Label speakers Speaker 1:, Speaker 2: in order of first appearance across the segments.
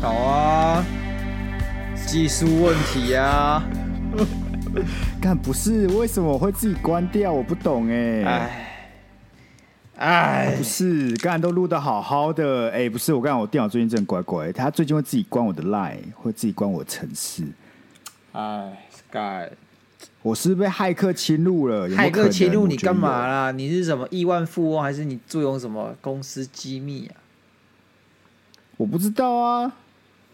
Speaker 1: 搞啊，技术问题呀、啊。
Speaker 2: 干不是为什么我会自己关掉？我不懂哎、
Speaker 1: 哎，哎
Speaker 2: 不，是，刚才都录的好好的，哎、不是，我刚我电脑最近真的乖乖，它最近会自己关我的 Line，会自己关我的城市，
Speaker 1: 哎，Sky，
Speaker 2: 我是不是被骇客侵入了，有没有
Speaker 1: 骇
Speaker 2: 可
Speaker 1: 客
Speaker 2: 能
Speaker 1: 侵入
Speaker 2: 我
Speaker 1: 你
Speaker 2: 觉得
Speaker 1: 干嘛
Speaker 2: 有
Speaker 1: 啦？你是什么亿万富翁，还是你坐拥什么公司机密啊？
Speaker 2: 我不知道啊，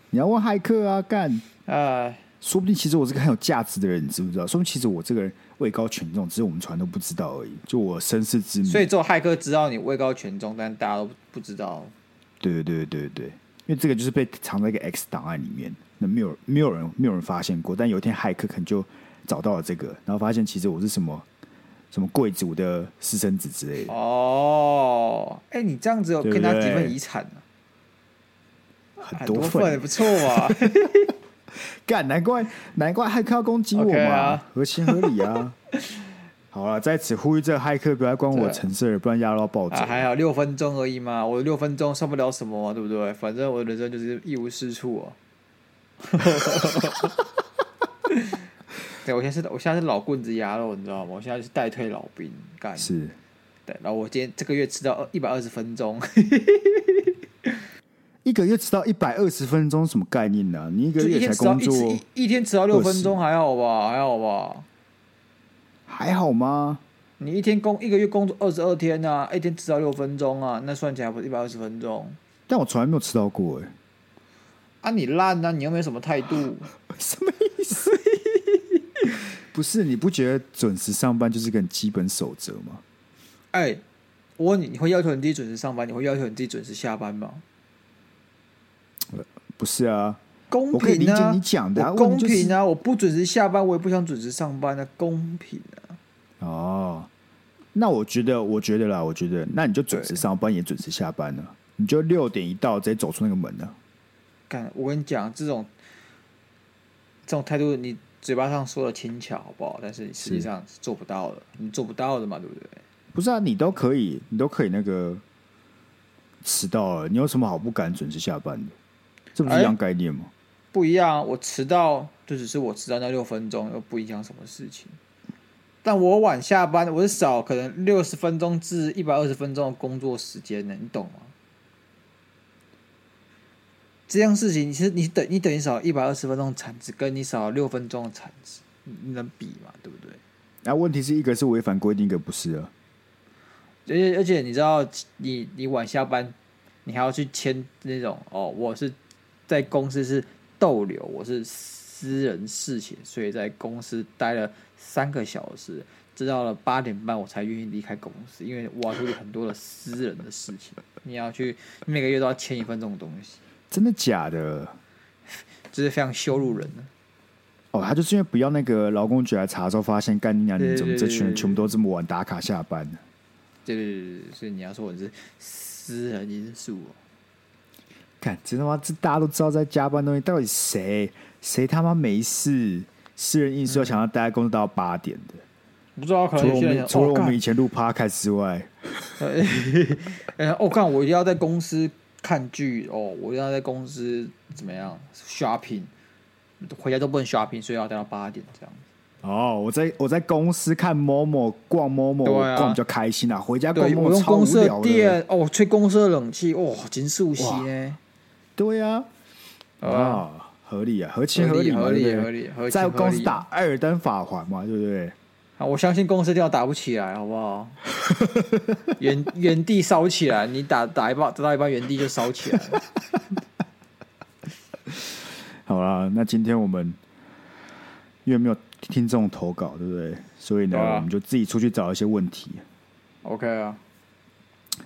Speaker 2: 你要问骇客啊，干，
Speaker 1: 哎，
Speaker 2: 说不定其实我是个很有价值的人，你知不知道？说不定其实我这个人位高权重，只是我们传都不知道而已，就我身世之谜。
Speaker 1: 所以只有骇客知道你位高权重，但大家都不不知道。
Speaker 2: 对对对对对，因为这个就是被藏在一个 X 档案里面，那没有没有人没有人发现过，但有一天骇客可能就找到了这个，然后发现其实我是什么什么贵族的私生子之类的。
Speaker 1: 哦，哎，你这样子有
Speaker 2: 对
Speaker 1: 跟
Speaker 2: 不
Speaker 1: 他几份
Speaker 2: 对
Speaker 1: 遗产呢、
Speaker 2: 很
Speaker 1: 很
Speaker 2: 多份
Speaker 1: 份不错啊。
Speaker 2: 干，难怪难怪骇客要攻击我
Speaker 1: OK
Speaker 2: 嘛
Speaker 1: 啊
Speaker 2: 合情合 理啊。好了，在此呼吁这个骇客不要再关我
Speaker 1: 对
Speaker 2: 城市了，不然压到暴走。
Speaker 1: 啊，还好六分钟而已嘛，我六分钟算不了什么、啊，对不对？反正我的人生就是一无是 处哦、 对，我现在是，我现在是老棍子牙肉，你知道吗？我现在是代退老兵干。
Speaker 2: 是
Speaker 1: 对，然后我今天这个月吃到一百二十分钟，
Speaker 2: 一个月迟到一百二十分钟，什么概念呢、你一个
Speaker 1: 就一
Speaker 2: 月
Speaker 1: 天
Speaker 2: 才
Speaker 1: 迟到
Speaker 2: 工
Speaker 1: 一次
Speaker 2: 作
Speaker 1: 一一天迟到六分钟，还好吧？还好吧？
Speaker 2: 还好吗？
Speaker 1: 你一天工一个月工作二十二天啊，一天迟到六分钟啊，那算起来不是一百二十分钟？
Speaker 2: 但我从来没有迟到过、欸，
Speaker 1: 啊，你烂啊，你又没什么态度。
Speaker 2: 什么意思？ 不是，你不觉得准时上班就是个很基本守则吗？
Speaker 1: 哎、我问你，你会要求你自己准时上班？你会要求你自己准时下班吗？
Speaker 2: 不是啊，
Speaker 1: 公
Speaker 2: 我可以理
Speaker 1: 平
Speaker 2: 解
Speaker 1: 啊，
Speaker 2: 你讲的啊
Speaker 1: 我
Speaker 2: 问
Speaker 1: 公
Speaker 2: 题就是
Speaker 1: 平啊！我不准时下班，我也不想准时上班啊，公平啊！
Speaker 2: 哦，那我觉得，我觉得啦，我觉得，那你就准时上班，也准时下班了，你就六点一到直接走出那个门啊了。
Speaker 1: 干，我跟你讲，这种这种态度，你嘴巴上说的轻巧好不好？但是你实际
Speaker 2: 是
Speaker 1: 上是做不到的，你做不到的嘛，对不对？
Speaker 2: 不是啊，你都可以，你都可以那个迟到了，你有什么好不敢准时下班的？这不是一样概念吗？
Speaker 1: 不一样啊，我迟到就只是我迟到那六分钟，又不影响什么事情。但我晚下班，我是少可能六十分钟至一百二十分钟的工作时间呢，你懂吗？这样事情，你是你等你等于少一百二十分钟的产值，跟你少六分钟的产值，你你能比吗？对不对？
Speaker 2: 那、啊问题是一个是违反规定，一个不是啊。
Speaker 1: 而且而且你知道，你你晚下班，你还要去签那种哦，我是在公司是逗留，我是私人事情，所以在公司待了三个小时，直到了八点半我才愿意离开公司，因为我要处理很多的私人的事情，你要去每个月都要签一份这种东西，
Speaker 2: 真的假的？
Speaker 1: 这是非常羞辱人的。
Speaker 2: 哦，他就是因为不要那个劳工局来查的时候，发现干你娘，你怎么
Speaker 1: 对对
Speaker 2: 这群
Speaker 1: 对
Speaker 2: 人
Speaker 1: 对
Speaker 2: 全部都这么晚打卡下班呢？
Speaker 1: 对对对对对，所以你要说我是私人因素、哦。
Speaker 2: 看，真他妈这大家都知道在加班东西，到底谁谁他妈没事？私人因素要想要待在公司到八点的，
Speaker 1: 不知道，可
Speaker 2: 除
Speaker 1: 能有
Speaker 2: 了我
Speaker 1: 些人想
Speaker 2: 们除了
Speaker 1: 哦
Speaker 2: 我
Speaker 1: 干
Speaker 2: 们以前录 podcast 之外，
Speaker 1: 呃，我、哦、看我一定要在公司看剧哦，我一定要在公司怎么样 shopping，回家都不能 shopping，所以要待到八点这样。
Speaker 2: 哦，我在我在公司看某某逛某某，
Speaker 1: 对啊
Speaker 2: 我逛比较开心啊，回家逛
Speaker 1: 对，
Speaker 2: 某
Speaker 1: 我
Speaker 2: 某
Speaker 1: 用
Speaker 2: 超
Speaker 1: 公
Speaker 2: 无
Speaker 1: 司的
Speaker 2: 聊的。
Speaker 1: 电哦，吹公司的冷气哦，真熟悉呢。
Speaker 2: 对啊，
Speaker 1: 啊，
Speaker 2: 啊，合理啊，合情理嘛，
Speaker 1: 合理
Speaker 2: 对不
Speaker 1: 合
Speaker 2: 对
Speaker 1: 理合情
Speaker 2: 在公
Speaker 1: 合
Speaker 2: 司
Speaker 1: 理
Speaker 2: 打艾尔登法环嘛，对不对？
Speaker 1: 啊，我相信公司电脑打不起来，好不好？原原地烧起来，你打打一半，打到一半原地就烧起来了。
Speaker 2: 好啦，那今天我们因为没有听众投稿，对不对？所以呢，
Speaker 1: 对啊
Speaker 2: 我们就自己出去找一些问题。
Speaker 1: OK 啊，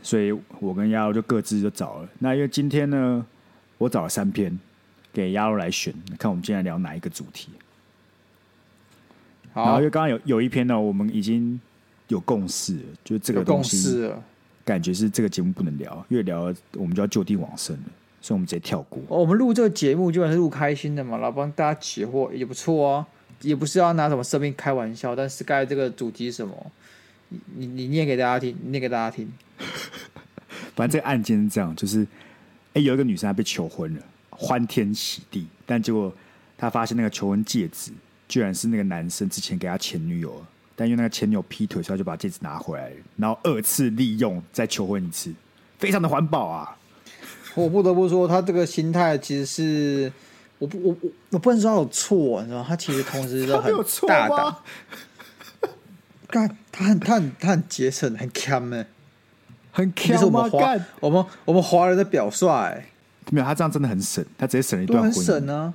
Speaker 2: 所以我跟鸭肉就各自就找了。那因为今天呢，我找了三篇给鸭肉来选，看我们今天来聊哪一个主题。然后
Speaker 1: 好
Speaker 2: 因，为刚刚有有一篇呢，我们已经有共识了，就是这
Speaker 1: 有
Speaker 2: 个
Speaker 1: 共
Speaker 2: 东西
Speaker 1: 识了。
Speaker 2: 感觉是这个节目不能聊，越聊我们就要就地往生了，所以我们直接跳过。
Speaker 1: 哦我们录这个节目基本上是录开心的嘛，然后帮大家解惑也不错啊，也不是要拿什么生命开玩笑。但 Sky 这个主题是什么，你你你念给大家听，你念给大家听。
Speaker 2: 反正这个案件是这样，就是哎、有一个女生她被求婚了，欢天喜地，但结果她发现那个求婚戒指居然是那个男生之前给她前女友，但因为那个前女友劈腿，所以她就把戒指拿回来了，然后二次利用再求婚一次，非常的环保啊。
Speaker 1: 我不得不说，他这个心态其实是，我不我我我不能说他有错，你知道吗，他其实同时都
Speaker 2: 他没
Speaker 1: 很
Speaker 2: 有错啊
Speaker 1: 大胆
Speaker 2: 吗，？
Speaker 1: 干他很他很他很节省，很 cam 哎、
Speaker 2: 很
Speaker 1: 这是
Speaker 2: 挑
Speaker 1: 我
Speaker 2: 吗？
Speaker 1: 们华
Speaker 2: 啊干
Speaker 1: 我们我们华人的表率、欸，
Speaker 2: 没有，他这样真的很省，他直接省了一
Speaker 1: 都
Speaker 2: 段婚
Speaker 1: 很
Speaker 2: 姻。
Speaker 1: 省啊。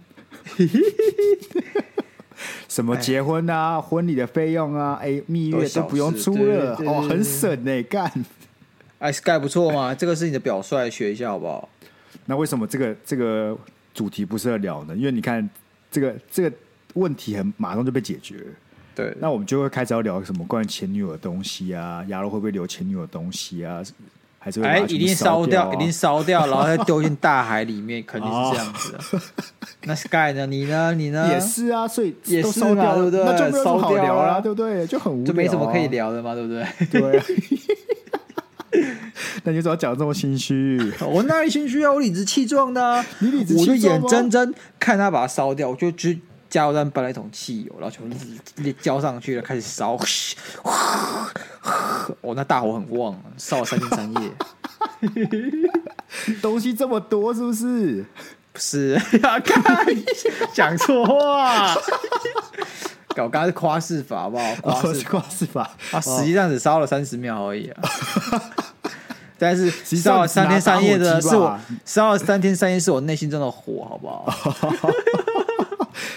Speaker 2: 什么结婚
Speaker 1: 哎
Speaker 2: 啊、婚礼的费用啊、哎、蜜
Speaker 1: 都
Speaker 2: 月
Speaker 1: 是小
Speaker 2: 都不用
Speaker 1: 事
Speaker 2: 出
Speaker 1: 对
Speaker 2: 了，
Speaker 1: 对对
Speaker 2: 哦，
Speaker 1: 对
Speaker 2: 很
Speaker 1: 对
Speaker 2: 省呢、干。
Speaker 1: 哎，Sky 不错嘛，这个是你的表率，学一下好不好？
Speaker 2: 那为什么这个这个主题不适合聊呢？因为你看，这个这个问题很马上就被解决了。
Speaker 1: 对，
Speaker 2: 那我们就会开始要聊什么关于前女友的东西啊，亚柔会不会留前女友的东西啊，还是会把
Speaker 1: 哎，
Speaker 2: 它全
Speaker 1: 一
Speaker 2: 部
Speaker 1: 定
Speaker 2: 烧
Speaker 1: 烧
Speaker 2: 掉
Speaker 1: 掉，
Speaker 2: 啊、
Speaker 1: 一定烧掉，然后再丢进大海里面，肯定是这样 子的。那 Sky 呢？你呢？你呢？
Speaker 2: 也是啊，所以
Speaker 1: 也
Speaker 2: 都
Speaker 1: 是
Speaker 2: 烧
Speaker 1: 嘛
Speaker 2: 掉了，
Speaker 1: 对不对
Speaker 2: 那就没有什么
Speaker 1: 烧
Speaker 2: 好
Speaker 1: 掉
Speaker 2: 聊
Speaker 1: 啊
Speaker 2: 啦，对不对？就很无聊、啊，
Speaker 1: 就没什么可以聊的嘛，对不对？
Speaker 2: 对，啊那你怎么讲得这么 心虚？
Speaker 1: 我哪里心虚啊？我理直气壮的、啊，
Speaker 2: 你理直气
Speaker 1: 我就
Speaker 2: 壮
Speaker 1: 眼
Speaker 2: 吗
Speaker 1: 睁睁看他把它烧掉，我就只加油站搬了一桶汽油，然后全部浇上去了，开始烧。 哦，那大火很旺啊，烧了三天三 夜。
Speaker 2: 东西这么多，是不是？
Speaker 1: 不是， 要看讲错话。搞，我刚刚是夸饰法，好不 好？夸
Speaker 2: 哦
Speaker 1: 饰
Speaker 2: 是挂饰吧？
Speaker 1: 啊，实际上只烧了三十秒而已 啊。但是
Speaker 2: 际上
Speaker 1: 烧了三天三夜的是
Speaker 2: 拿打火机
Speaker 1: 我
Speaker 2: 吧
Speaker 1: 烧了三天三夜是我内心中的火，好不 好？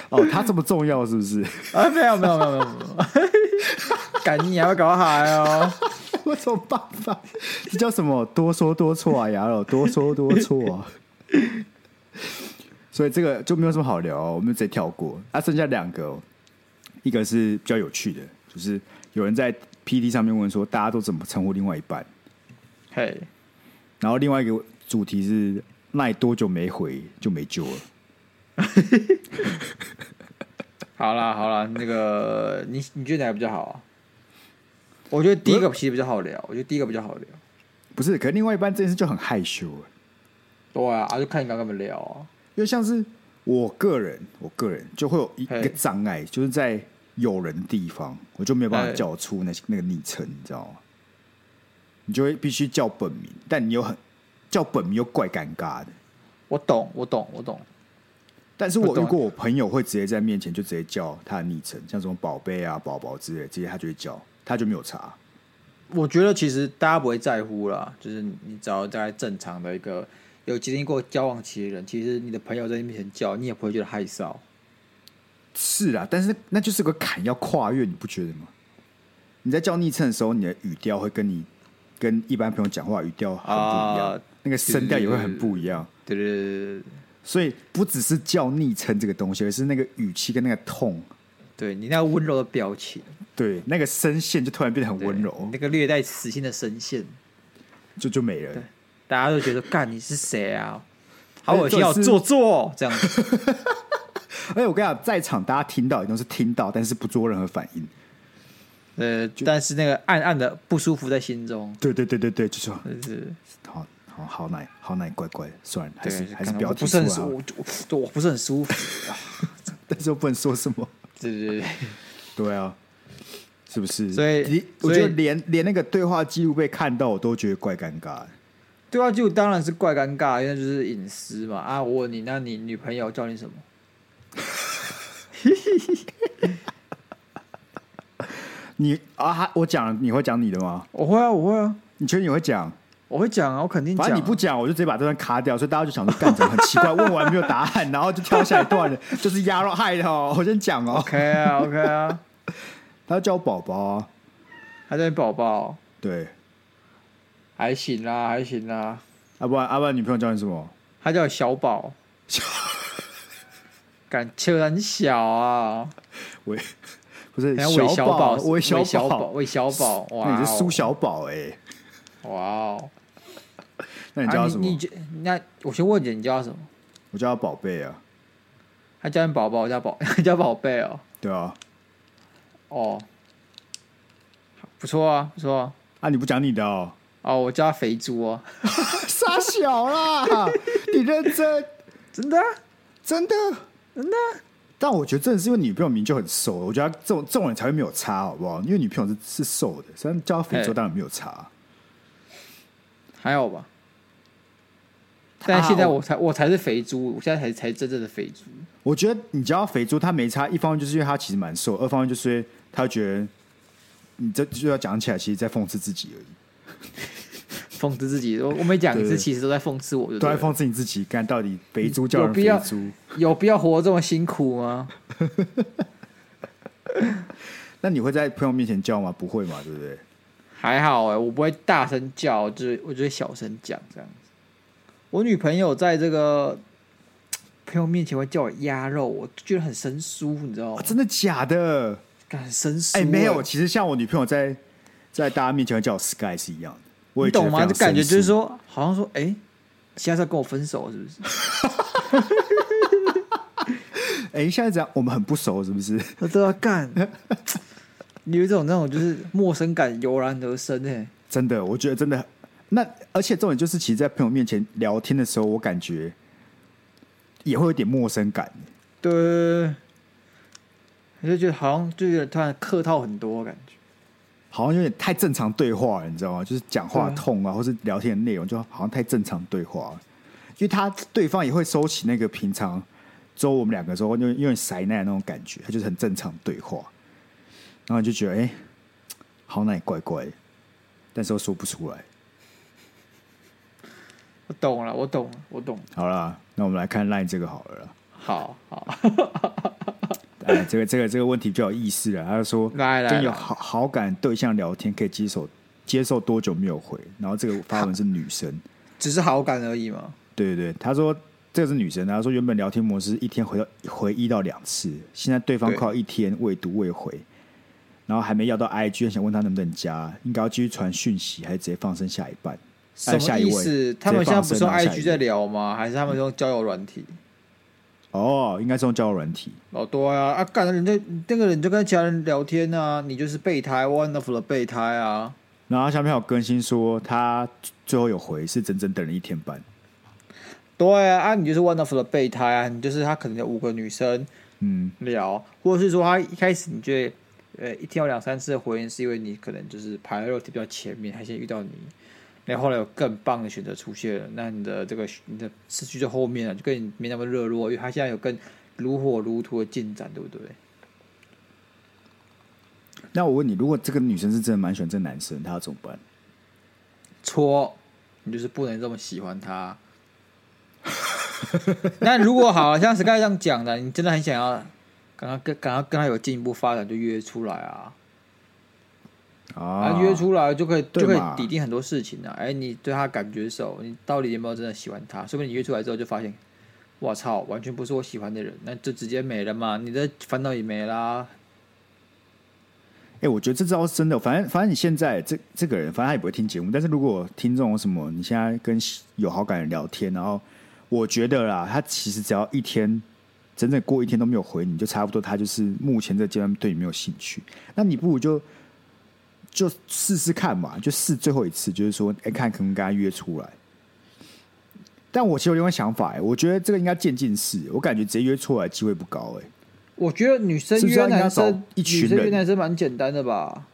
Speaker 2: 哦，它这么重要，是不是？
Speaker 1: 啊，没有没有没有没有，没有 赶你还要搞嗨哦！
Speaker 2: 我怎么办法？这叫什么？多说多错啊，牙肉，多说多错、啊。 所以这个就没有什么好聊、哦，我们就直接跳过。啊，剩下两个、哦，一个是比较有趣的，就是有人在 P D 上面问说，大家都怎么称呼另外一半？
Speaker 1: 嘿，
Speaker 2: 然后另外一个主题是，那你多久没回就没救了？
Speaker 1: 好啦好啦，那个你你觉得哪个比较好啊？我觉得第一个其实比较好聊，我觉得第一个比较好聊。
Speaker 2: 不是，可是另外一半这件事就很害羞、欸
Speaker 1: 对啊，啊就看你刚刚怎么聊啊。
Speaker 2: 因为像是我个人，我个人就会有一
Speaker 1: 嘿
Speaker 2: 一个障碍，就是在有人的地方，我就没有办法
Speaker 1: 嘿
Speaker 2: 叫出那那个昵称，你知道吗？你就会必须叫本名，但你又很叫本名又怪尴尬的。
Speaker 1: 我懂，我懂，我懂。
Speaker 2: 但是我
Speaker 1: 我
Speaker 2: 遇
Speaker 1: 懂
Speaker 2: 过我朋友会直接在面前就直接叫他的昵称，像什么宝贝啊、宝宝之类的，这些他就会叫，他就没有查。
Speaker 1: 我觉得其实大家不会在乎啦，就是你只要在正常的一个有经历过交往期的人，其实你的朋友在你面前叫，你也不会觉得害臊。
Speaker 2: 是啊，但是那就是有个坎要跨越，你不觉得吗？你在叫昵称的时候，你的语调会跟你跟一般朋友讲话语调很不一样，
Speaker 1: 啊
Speaker 2: 那个声调也会很不一样。
Speaker 1: 对对对对
Speaker 2: 所以不只是叫昵称这个东西，而是那个语气跟那个痛，
Speaker 1: 对，你那个温柔的表情，
Speaker 2: 对，那个声线就突然变得很
Speaker 1: 对
Speaker 2: 温
Speaker 1: 你
Speaker 2: 柔，
Speaker 1: 那个略带磁性的声线，
Speaker 2: 就就没了。
Speaker 1: 大家都觉得干你是谁啊？好
Speaker 2: 而且
Speaker 1: 恶心，好
Speaker 2: 重点是
Speaker 1: 做作这样子。
Speaker 2: 而且我跟你讲，在场大家听到也都是听到，但是不做任何反应。
Speaker 1: 呃，但是那个暗暗的不舒服在心中，
Speaker 2: 对对对对对，就说
Speaker 1: 就是
Speaker 2: 好好好奶好奶乖乖，算了，还
Speaker 1: 对
Speaker 2: 是
Speaker 1: 可
Speaker 2: 还是
Speaker 1: 能
Speaker 2: 不要
Speaker 1: 我不
Speaker 2: 提
Speaker 1: 是
Speaker 2: 出来
Speaker 1: 很舒，
Speaker 2: 好了，
Speaker 1: 我我我不是很舒服。
Speaker 2: 但是又不能说什么。
Speaker 1: 对对对对。
Speaker 2: 对啊，是不是？
Speaker 1: 所以
Speaker 2: 你我
Speaker 1: 所以
Speaker 2: 觉得连连那个对话记录被看到，我都觉得怪尴尬。
Speaker 1: 对话记录当然是怪尴尬，因为就是隐私嘛。啊，我问你，那你女朋友叫你什么？
Speaker 2: 你啊，哈我讲你会讲你的吗？
Speaker 1: 我会啊，我会啊，
Speaker 2: 你觉得你会讲？
Speaker 1: 我会讲啊，我肯定讲、
Speaker 2: 反
Speaker 1: 啊。
Speaker 2: 正你不讲，我就直接把这段卡掉，所以大家就想说干什么很奇怪，问完没有答案，然后就跳下一段了，就是鸭肉害的哦。我先讲哦，
Speaker 1: OK 啊，OK 啊，
Speaker 2: 他叫我宝宝啊，
Speaker 1: 还在宝宝，
Speaker 2: 对，
Speaker 1: 还行啦，还行啦。
Speaker 2: 要、啊不然要、不然女朋友叫你什么？
Speaker 1: 他叫小宝，感情很小啊。
Speaker 2: 喂，不是
Speaker 1: 然后哎韦小
Speaker 2: 宝，
Speaker 1: 韦
Speaker 2: 小
Speaker 1: 小宝，，韦小宝，哇、
Speaker 2: 那
Speaker 1: 哦，
Speaker 2: 你是苏小宝哎、
Speaker 1: 哇哦。
Speaker 2: 那你叫他
Speaker 1: 啊
Speaker 2: 什么？
Speaker 1: 你你觉那我先问你，你叫他什么？
Speaker 2: 我叫他宝贝啊，
Speaker 1: 他叫你宝宝，我叫宝， 叫宝贝哦。
Speaker 2: 对啊，
Speaker 1: 哦，不错啊，不错啊。啊
Speaker 2: 啊你不讲你的哦，
Speaker 1: 哦，我叫他肥猪哦，
Speaker 2: 傻小啦，你认真
Speaker 1: 真的啊、
Speaker 2: 真的真的。但我觉得真的是因为女朋友明明就很瘦，我觉得这种这种人才会没有差，好不好？因为女朋友是是瘦的，虽然叫她肥
Speaker 1: 嘿
Speaker 2: 瘦当然没有差。
Speaker 1: 还好吧？
Speaker 2: 他
Speaker 1: 但现在我才我才是肥猪，我现在才才真正的肥猪。
Speaker 2: 我觉得你叫她肥猪，她没差，一方面就是因为她其实蛮瘦，二方面就是因为她觉得你这就要讲起来，其实在讽刺自己而已。
Speaker 1: 讽刺自己，我我每讲一
Speaker 2: 对
Speaker 1: 次，其实都在讽刺我，就
Speaker 2: 都
Speaker 1: 对
Speaker 2: 啊在
Speaker 1: 了
Speaker 2: 讽刺你自己，干到底肥猪叫人
Speaker 1: 有必
Speaker 2: 肥
Speaker 1: 要
Speaker 2: 猪？
Speaker 1: 有必要活得这么辛苦吗？
Speaker 2: 那你会在朋友面前叫吗？不会嘛，对不对？
Speaker 1: 还好哎、我不会大声叫，就是我就会小声讲这样子。我女朋友在这个朋友面前会叫我鸭肉，我就觉得很生疏，你知道
Speaker 2: 哦
Speaker 1: 吗？
Speaker 2: 真的假的？
Speaker 1: 感很生疏、欸
Speaker 2: 哎、没有，，其实像我女朋友在在大家面前会叫我 Sky 是一样的，我
Speaker 1: 你
Speaker 2: 也觉得
Speaker 1: 懂吗？
Speaker 2: 非
Speaker 1: 就
Speaker 2: 常
Speaker 1: 感觉就是
Speaker 2: 生疏，
Speaker 1: 说，好像说，哎、现在是要跟我分手是不是？
Speaker 2: 哎、现在这样我们很不熟，是不是？
Speaker 1: 我都要干，有一种那种就是陌生感油然而生哎、
Speaker 2: 真的，我觉得真的。那而且重点就是，其实，在朋友面前聊天的时候，我感觉也会有点陌生感。
Speaker 1: 对对对，对我就觉得好像就有点突然客套很多的感觉。
Speaker 2: 好像有点太正常对话了，你知道吗？就是讲话
Speaker 1: 对啊
Speaker 2: 痛啊，或是聊天的内容，就好像太正常对话了。因为他对方也会收起那个平常只有我们两个时候，因为因为塞奈那种感觉，他就是很正常对话，然后你就觉得哎、诶好那也怪怪的，但是又说不出来。
Speaker 1: 我懂了，我懂了，我懂了。
Speaker 2: 好啦，那我们来看 line 这个好了啦。
Speaker 1: 好好，
Speaker 2: 哎，这个这个这个问题比较有意思了。他就说，
Speaker 1: 来来
Speaker 2: 跟有
Speaker 1: 来
Speaker 2: 好好感对象聊天可以接受接受多久没有回？然后这个发文是女生。
Speaker 1: 只是好感而已嘛。
Speaker 2: 对对对，她说这个是女生，她说原本聊天模式一天回到回一到两次，现在对方
Speaker 1: 对
Speaker 2: 靠一天未读未回，然后还没要到 IG，想问她能不能加，应该要继续传讯息，还是直接放生下一半？
Speaker 1: 什
Speaker 2: 下
Speaker 1: 么
Speaker 2: 一
Speaker 1: 意
Speaker 2: 位
Speaker 1: 思？他们现在不是用
Speaker 2: 直接放生到下一
Speaker 1: IG 在
Speaker 2: 位
Speaker 1: 聊吗？还是他们用交友软体？
Speaker 2: 哦，应该是用交友软体。
Speaker 1: 哦，对啊，啊，干人家那个人就跟其他人聊天啊，你就是备胎，one of the 备胎啊。
Speaker 2: 然后她下面还有更新说，她最后有回是整整等了一天半。
Speaker 1: 对啊，啊，你就是 one of the 备胎啊，你就是他可能有五个女生
Speaker 2: 嗯，
Speaker 1: 聊，或者是说他一开始你觉得，呃，一天有两三次的回应，是因为你可能就是排 priority 比较前面，他先遇到你，然后后来有更棒的选择出现了，那你的这个你的失去在后面啊了，就跟你没那么热络，因为他现在有更如火如荼的进展，对不对？
Speaker 2: 那我问你，如果这个女生是真的蛮喜欢这个男生，她要怎么办？
Speaker 1: 错，你就是不能这么喜欢他。那如果好像 Sky 这样讲的，你真的很想要跟他跟跟他跟他有进一步发展，就约出来啊，
Speaker 2: 啊
Speaker 1: 啊约出来就可以
Speaker 2: 对
Speaker 1: 就可以
Speaker 2: 嘛
Speaker 1: 抵定很多事情啊。哎、你对他感觉手，你到底有没有真的喜欢他？说不定你约出来之后就发现，我操，完全不是我喜欢的人，那就直接没了嘛，你的烦恼也没啦。
Speaker 2: 哎、我觉得这招是真的。反正反正你现在这这个人，反正他也不会听节目。但是如果听众有什么，你现在跟有好感的人聊天，然后我觉得啦，他其实只要一天整整过一天都没有回你，就差不多他就是目前这阶段对你没有兴趣。那你不如就就试试看嘛，就试最后一次，就是说，哎、看可不可以跟他约出来。但我其实有另外想法、哎，我觉得这个应该渐进式，我感觉直接约出来机会不高、哎。
Speaker 1: 我觉得女生
Speaker 2: 是不是
Speaker 1: 约
Speaker 2: 要应该
Speaker 1: 男
Speaker 2: 找
Speaker 1: 生，
Speaker 2: 一群
Speaker 1: 女生约
Speaker 2: 人
Speaker 1: 男生蛮简单的吧？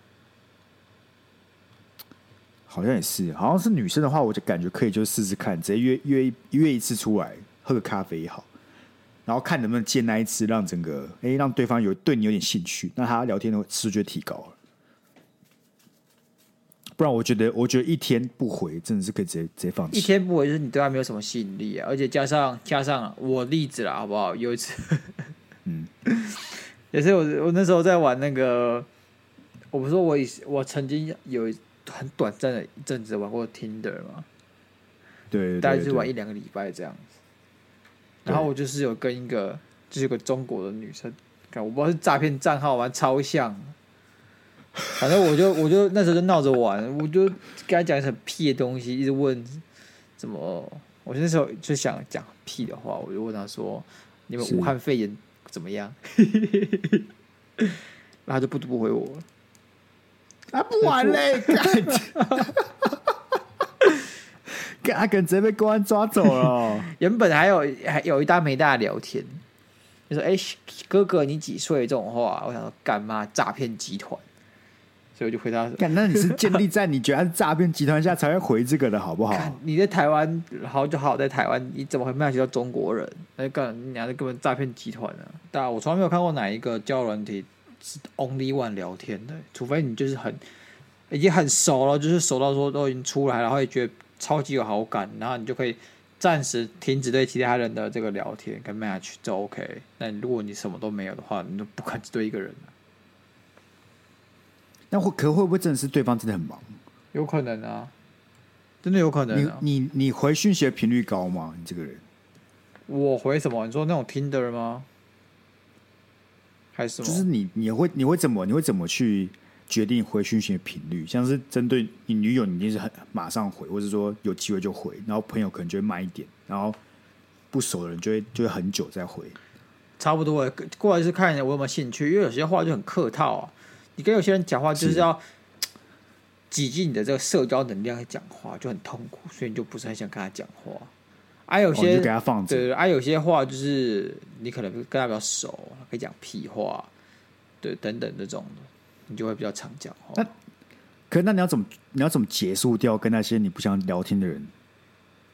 Speaker 2: 好像也是，好像是女生的话，我就感觉可以就试试看，直接约约一约一次出来喝个咖啡也好，然后看能不能借那一次让整个哎、让对方有对你有点兴趣，那他聊天的次数就提高了。不然我觉得，我觉得一天不回真的是可以直接直接放
Speaker 1: 一
Speaker 2: 弃。
Speaker 1: 天不回就是你对他没有什么吸引力啊，而且加上加上啊我例子啦，好不好？有一次，嗯，也是我我那时候在玩那个，我不是说我以我曾经有一很短暂的一阵子玩过 Tinder 嘛，
Speaker 2: 对对
Speaker 1: 大概
Speaker 2: 对
Speaker 1: 就是
Speaker 2: 对
Speaker 1: 玩一
Speaker 2: 对，
Speaker 1: 两个礼拜这样子。
Speaker 2: 对
Speaker 1: 然后我就是有跟一个就是有个中国的女生，看我不知道是诈骗账号玩超像，反正我就我就那时候就闹着玩，我就跟她讲一些很屁的东西，一直问怎么，我那时候就想讲屁的话，我就问她说你们
Speaker 2: 是
Speaker 1: 武汉肺炎怎么样？然后她就不读不回我了。
Speaker 2: 啊不玩嘞，干干他可能直接被公安抓走了哦、
Speaker 1: 原本还有还有一搭没一搭聊天，就说：“哎、哥哥，你几岁？”这种话，我想说，干妈诈骗集团，所以我就回答说
Speaker 2: 干，那你是建立在你觉得他是诈骗集团下才会回这个的好不好？
Speaker 1: 看你在台湾好就好，在台湾你怎么会卖学到中国人？那就干你娘的根本诈骗集团啊！但我从来没有看过哪一个交友软体是 only one 聊天的，除非你就是很已经很熟了，就是熟到说哦都已经出来了，然后也觉得超级有好感，然后你就可以暂时停止对其他人的这个聊天跟 match 就 OK。那如果你什么都没有的话，你就不可能只对一个人啊、
Speaker 2: 那会可会不会真的是对方真的很忙？
Speaker 1: 有可能啊，真的有可能
Speaker 2: 你
Speaker 1: 啊。
Speaker 2: 你你回讯息的频率高吗？你这个人
Speaker 1: 我回什么？你说那种 Tinder 吗？还是什么？
Speaker 2: 就是你你会你会怎么你会怎么去决定回讯息的频率？像是针对你女友，你一定是很马上回，或者说有机会就回，然后朋友可能就会慢一点，然后不熟的人就会就会很久再回。
Speaker 1: 差不多欸，过来是看我有没有兴趣，因为有些话就很客套啊。你跟有些人讲话就是
Speaker 2: 是
Speaker 1: 要挤进你的这个社交能量去讲话，就很痛苦，所以你就不是很想跟他讲话。啊，有
Speaker 2: 哦
Speaker 1: 些、
Speaker 2: 你就给他放
Speaker 1: 对
Speaker 2: 着，
Speaker 1: 对，啊，有些话就是你可能跟他比较熟，可以讲屁话，对，等等这种的，你就会比较常讲话
Speaker 2: 那。可是那你要怎么你要怎么结束掉跟那些你不想聊天的人？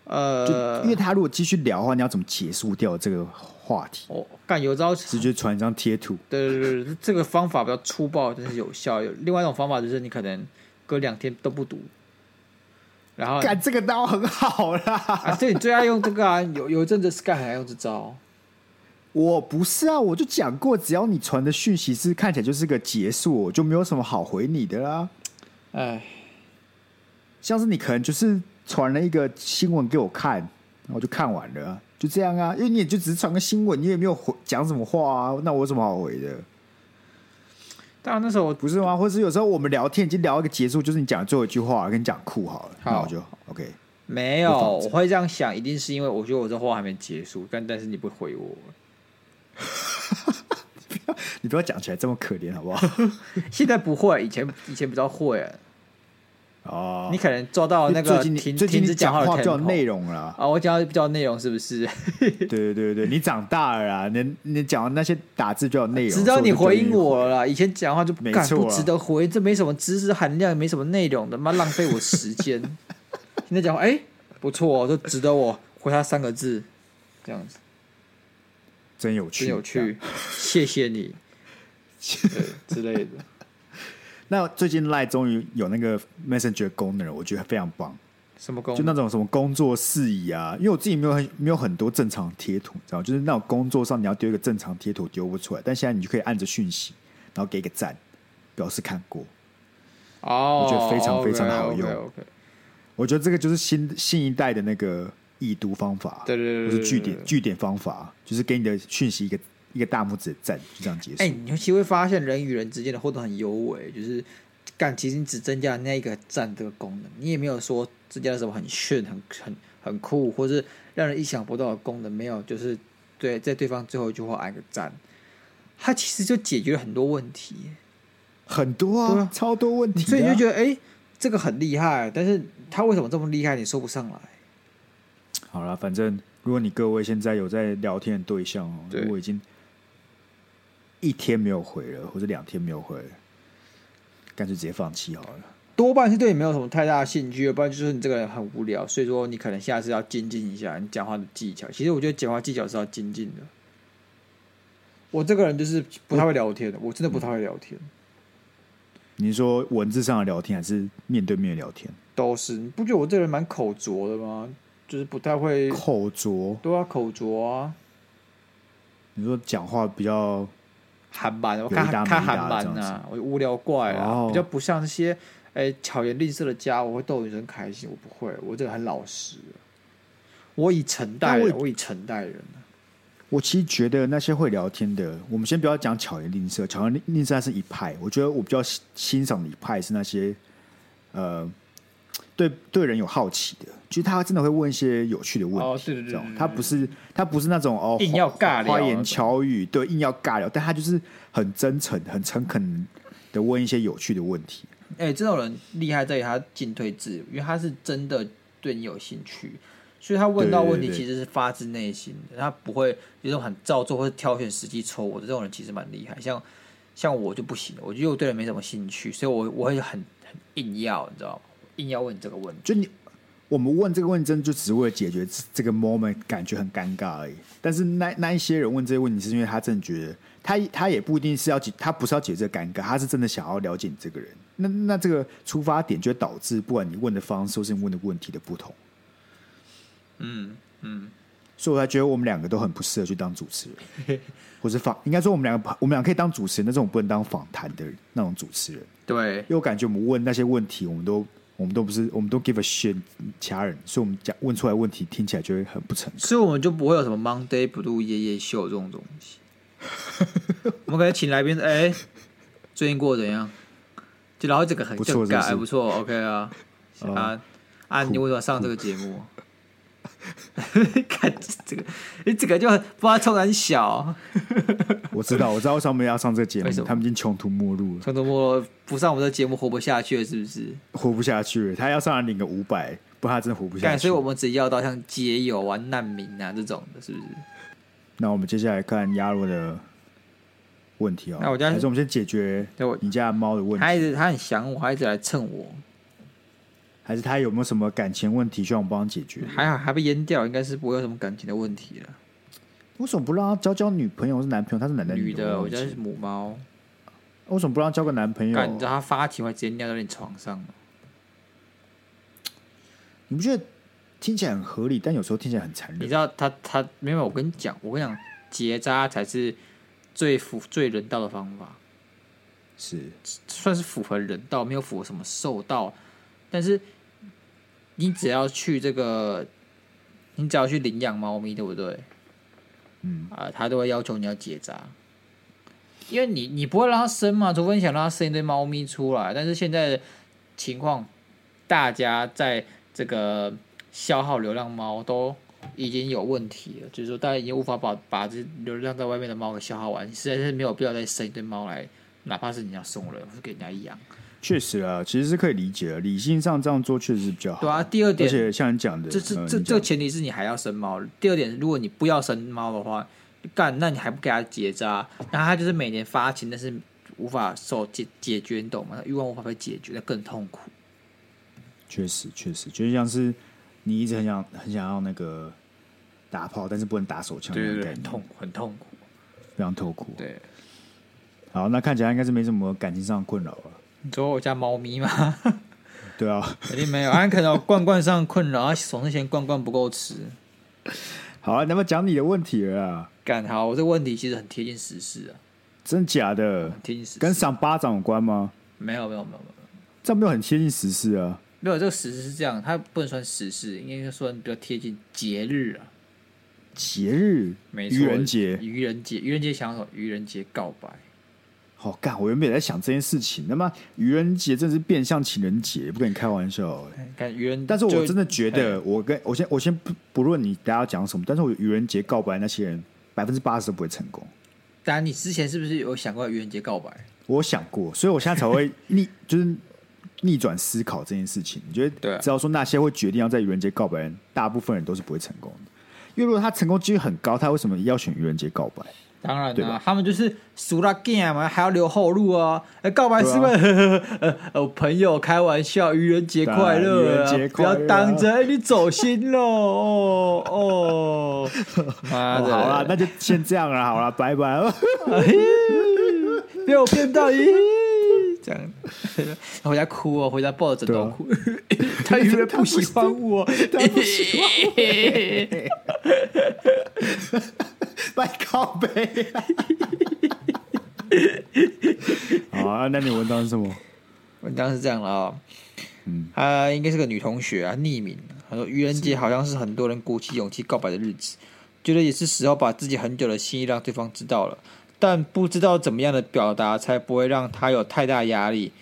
Speaker 2: 就
Speaker 1: 呃
Speaker 2: 因，为他如果继续聊的话，你要怎么结束掉这个话题？
Speaker 1: 我哦干、有招
Speaker 2: 直接传一张贴图，
Speaker 1: 对对对对，这个方法比较粗暴，但是有效。有另外一种方法就是你可能隔两天都不读，然后
Speaker 2: 干这个刀很好啦。
Speaker 1: 啊，对你最爱用这个啊，有有一阵子 Sky 很爱用这招，
Speaker 2: 我不是啊，我就讲过，只要你传的讯息是看起来就是个结束，我就没有什么好回你的啦。
Speaker 1: 哎，
Speaker 2: 像是你可能就是传了一个新闻给我看，然后我就看完了啊，就这样啊，因为你也就只是传个新闻，你也没有回讲什么话啊，那我有什么好回的？
Speaker 1: 当然那时候我
Speaker 2: 不是吗？或是有时候我们聊天已经聊到一个结束，就是你讲的最后一句话，跟你讲酷好了，
Speaker 1: 好
Speaker 2: 那我就 OK。
Speaker 1: 没有，
Speaker 2: 我放着
Speaker 1: 我会这样想，一定是因为我觉得我这话还没结束，但但是你不回我，
Speaker 2: 你不要讲起来这么可怜好 不好？
Speaker 1: 现在不会，以前以前比较会，
Speaker 2: 哦，
Speaker 1: 你可能抓到那
Speaker 2: 最
Speaker 1: 个
Speaker 2: 近你
Speaker 1: 停
Speaker 2: 最近
Speaker 1: 停
Speaker 2: 你
Speaker 1: 止讲
Speaker 2: 讲话
Speaker 1: 的
Speaker 2: 比较有
Speaker 1: tempo
Speaker 2: 内容了啊、
Speaker 1: 啊，我讲到比较内容是不是？
Speaker 2: 对对对对，你长大了啦，你你讲的那些打字就有内容。
Speaker 1: 直到你回应
Speaker 2: 所以我就觉得，
Speaker 1: 我了啦，以前讲话就
Speaker 2: 没
Speaker 1: 干
Speaker 2: 错
Speaker 1: 不
Speaker 2: 啊
Speaker 1: 值得回，这没什么知识含量，也没什么内容的，妈浪费我时 间。现在讲话，哎、不错哦，就值得我回他三个字，这样子
Speaker 2: 真有趣，
Speaker 1: 真有
Speaker 2: 这样。
Speaker 1: 趣，谢谢 你，对之类的。
Speaker 2: 那最近赖终于有那个 Messenger 功能了，我觉得非常棒。
Speaker 1: 什么工
Speaker 2: 就？那种什么工作事宜啊，因为我自己没有很没有很多正常贴图，你知道吗，就是那种工作上你要丢一个正常贴图丢不出来，但现在你就可以按着讯息，然后给一个赞，表示看过。
Speaker 1: 哦，
Speaker 2: 我觉得非常非常好用
Speaker 1: OK，, o k
Speaker 2: 我觉得这个就是新新一代的那个易读方法，
Speaker 1: 对对对对
Speaker 2: 或是
Speaker 1: 对
Speaker 2: 据
Speaker 1: 对
Speaker 2: 点据点方法，就是给你的讯息一个一个大拇指的赞，就这样结束。
Speaker 1: 哎、你其实会发现人与人之间的互动很有尾，就是干，其实你只增加了那一个赞这个功能，你也没有说增加了什么很炫、很很很酷，或是让人意想不到的功能，没有，就是对在对方最后一句话按个赞，它其实就解决了很多问题耶。
Speaker 2: 很多啊，
Speaker 1: 对啊
Speaker 2: 超多问题、啊，
Speaker 1: 所以你就觉得，哎、这个很厉害，但是他为什么这么厉害，你说不上来。
Speaker 2: 好了，反正如果你各位现在有在聊天的对象哦，
Speaker 1: 对
Speaker 2: 如果已经一天没有回了，或者两天没有回了，干脆直接放弃好了。
Speaker 1: 多半是对你没有什么太大的兴趣，要不然就是你这个人很无聊，所以说你可能下次要精进一下你讲话的技巧。其实我觉得讲话技巧是要精进的。我这个人就是不太会聊天的，我真的不太会聊天，
Speaker 2: 你是说文字上的聊天，还是面对面的聊天？
Speaker 1: 都是你不觉得我这个人蛮口拙的吗？就是不太会，
Speaker 2: 口拙，
Speaker 1: 对啊，口拙啊，
Speaker 2: 你说讲话比较
Speaker 1: 韩版，我
Speaker 2: 有一
Speaker 1: 看
Speaker 2: 搭没
Speaker 1: 看
Speaker 2: 一
Speaker 1: 韩
Speaker 2: 搭
Speaker 1: 版
Speaker 2: 这样
Speaker 1: 啊，我无聊怪啊，
Speaker 2: 哦
Speaker 1: 比较不像那些哎、巧言令色的家，我会逗女生开心，我不会，我这个人很老实，我以诚待
Speaker 2: 那我
Speaker 1: 人，我以诚待人。
Speaker 2: 我其实觉得那些会聊天的，我们先不要讲巧言令色，巧言令令色它是一派。我觉得我比较欣欣赏的一派是那些，呃，对对人有好奇的，就是他真的会问一些有趣的问题。
Speaker 1: 哦，对对对对
Speaker 2: 这种，
Speaker 1: 对
Speaker 2: 他不是他不是那种哦
Speaker 1: 硬要尬聊
Speaker 2: 花花
Speaker 1: 那种
Speaker 2: 言巧语，对，硬要尬聊，但他就是很真诚、很诚恳的问一些有趣的问题。
Speaker 1: 哎、这种人厉害在于他进退自如，因为他是真的对你有兴趣，所以他问到问题
Speaker 2: 对对对
Speaker 1: 其实是发自内心的，他不会有种很照做或者挑选时机戳我的这种人，其实蛮厉害。像像我就不行，我觉得我对人没什么兴趣，所以我我会很很硬要，你知道吗？硬要问你这个问题。
Speaker 2: 就你我们问这个问题，真的就只是为了解决这这个 moment 感觉很尴尬而已。但是那那一些人问这些问题，是因为他真的觉得他他也不一定是要解，他不是要解决这个尴尬，他是真的想要了解你这个人。那那这个出发点就会导致，不管你问的方式或是你问的问题的不同，
Speaker 1: 嗯嗯，
Speaker 2: 所以我才觉得我们两个都很不适合去当主持人， 或是访。应该说我们两个我们俩可以当主持人，但是我们不能当访谈的那种主持人，
Speaker 1: 对
Speaker 2: 因为我感觉我们问那些问题，我们都。我们都不是，我们都 give a shit 其他人，所以我们讲问出来的问题听起来就会很 不诚实。
Speaker 1: 所以我们就不会有什么 Monday Blue 夜夜秀这种东 西。我们可以请来宾，哎、最近过得怎样？就然后这个很
Speaker 2: 不错
Speaker 1: 就很尬
Speaker 2: 是不是哦
Speaker 1: 哎不错，OK 啊，啊啊，你为什么上这个节目？ 看这个，你这个就很不知道冲很小，
Speaker 2: 我知道，我知道为什么他们要上这个节
Speaker 1: 为什
Speaker 2: 目，
Speaker 1: 么
Speaker 2: 他们已经穷途末路了，
Speaker 1: 从头摸不上我们的节目活不下去了，是不是？
Speaker 2: 活不下去了。他要上来领个五百，不然他真的活不下
Speaker 1: 干，
Speaker 2: 去
Speaker 1: 所以。我们只要到像街友啊、难民啊这种的，是不是？
Speaker 2: 那我们接下来看鸭肉的问题哦。
Speaker 1: 那我家
Speaker 2: 还是我们先解决
Speaker 1: 那我
Speaker 2: 你家的猫的问
Speaker 1: 他一
Speaker 2: 题，
Speaker 1: 直他很想我，他一直来蹭我，
Speaker 2: 还是它有没有什么感情问题需要我们帮它解决？
Speaker 1: 还好还被淹掉，应该是不会有什么感情的问题了。
Speaker 2: 为什么不让它交交女朋友或是男朋友？它是男的
Speaker 1: 女
Speaker 2: 的
Speaker 1: 的，我
Speaker 2: 忘
Speaker 1: 家
Speaker 2: 记了
Speaker 1: 是母猫。
Speaker 2: 为什么不让它交个男朋友？
Speaker 1: 干，你知道它发情会直接尿到你床上吗？
Speaker 2: 你不觉得听起来很合理，但有时候听起来很残
Speaker 1: 你
Speaker 2: 忍
Speaker 1: 知？道它它没有？我跟你讲，我跟你讲，结扎才是最符最人道的方法，
Speaker 2: 是
Speaker 1: 算是符合人道，没有符合什么兽道。但是你只要去这个，你只要去领养猫咪，对不对？
Speaker 2: 嗯
Speaker 1: 啊，它都会要求你要结扎。因为你你不会让它生嘛，除非你想让它生一堆猫咪出来。但是现在的情况，大家在这个消耗流浪猫都已经有问题了，就是说大家已经无法把把这流浪在外面的猫给消耗完，实在是没有必要再生一堆猫来，哪怕是你要送人或是给人家养。
Speaker 2: 确实啊，其实是可以理解的。理性上这样做确实是比较好。
Speaker 1: 对啊，，第二
Speaker 2: 而
Speaker 1: 点，
Speaker 2: 且像你讲的，
Speaker 1: 这这
Speaker 2: 嗯你
Speaker 1: 这
Speaker 2: 讲
Speaker 1: 这个前提是你还要生猫。第二点，如果你不要生猫的话，干，那你还不给它结扎，然后它就是每年发情，但是无法受解解决，你懂吗？欲望无法被解决，那更痛苦。
Speaker 2: 确实，确实，就像是你一直很想很想要那个打炮，但是不能打手枪，那种
Speaker 1: 很
Speaker 2: 概念
Speaker 1: 痛，很痛苦。
Speaker 2: 非常痛苦。
Speaker 1: 对，
Speaker 2: 好，那看起来应该是没什么感情上的困扰了。
Speaker 1: 你说我家猫咪 吗？
Speaker 2: 对啊，
Speaker 1: 肯定没有，俺可能有罐罐上困扰，它总是嫌罐罐不够吃。
Speaker 2: 好啊，那么讲你的问题了啦，
Speaker 1: 干好，我这个问题其实很贴近时事啊，
Speaker 2: 真假的？
Speaker 1: 很贴近时事。
Speaker 2: 跟赏巴掌有关吗？
Speaker 1: 没有没有没有没有
Speaker 2: 这样没有很贴近时事啊。
Speaker 1: 没有，这个时事是这样，它不能算时事，应该算比较贴近节日啊。
Speaker 2: 节日，
Speaker 1: 没错，
Speaker 2: 愚人节，
Speaker 1: 愚人节，愚人节想要什么？愚人节告白，
Speaker 2: 好、哦干！我原本也在想这件事情，那么愚人节真是变相情人节，不跟你开玩笑、欸。
Speaker 1: 看哎愚人，
Speaker 2: 但是我
Speaker 1: 就
Speaker 2: 真的觉
Speaker 1: 哎
Speaker 2: 得，我跟我先我先不不论你大家要讲什么，但是我愚人节告白那些人百分之八十都不会成功。
Speaker 1: 当然你之前是不是有想过愚人节告白？
Speaker 2: 我想过，所以我现在才 会逆，就是逆转思考这件事情。你觉
Speaker 1: 对啊
Speaker 2: 得，只要说那些会决定要在愚人节告白的人，大部分人都是不会成功的。因为如果他成功几率很高，他为什么要选愚人节告白？
Speaker 1: 当然
Speaker 2: 对
Speaker 1: 啦、
Speaker 2: 吧
Speaker 1: 他们就是熟了 game 嘛，还要留后路啊。哎，告白是为了、
Speaker 2: 啊
Speaker 1: 呃呃朋友开玩笑，愚人节快乐、啊，
Speaker 2: 对啊愚人
Speaker 1: 不
Speaker 2: 节快乐啊
Speaker 1: 要当真，哎你走心喽，哦哦，妈
Speaker 2: 哦
Speaker 1: 的，
Speaker 2: 好啦，那就先这样啦，好 啦，拜拜。
Speaker 1: 被我骗到，咦，这样回家哭哦，回家抱着枕头哭，啊 他原来不喜欢我，他不喜欢 我。
Speaker 2: 卖靠背、 好啊，那你文章是 什么？
Speaker 1: 文章是这样的啊、嗯，她应该是个女同学啊，匿名。她说愚人节好像是很多人鼓起勇气告白的日子，觉得也是时候把自己很久的心意让对方知道了，但不知道怎么样的表达才不会让他有太大压力。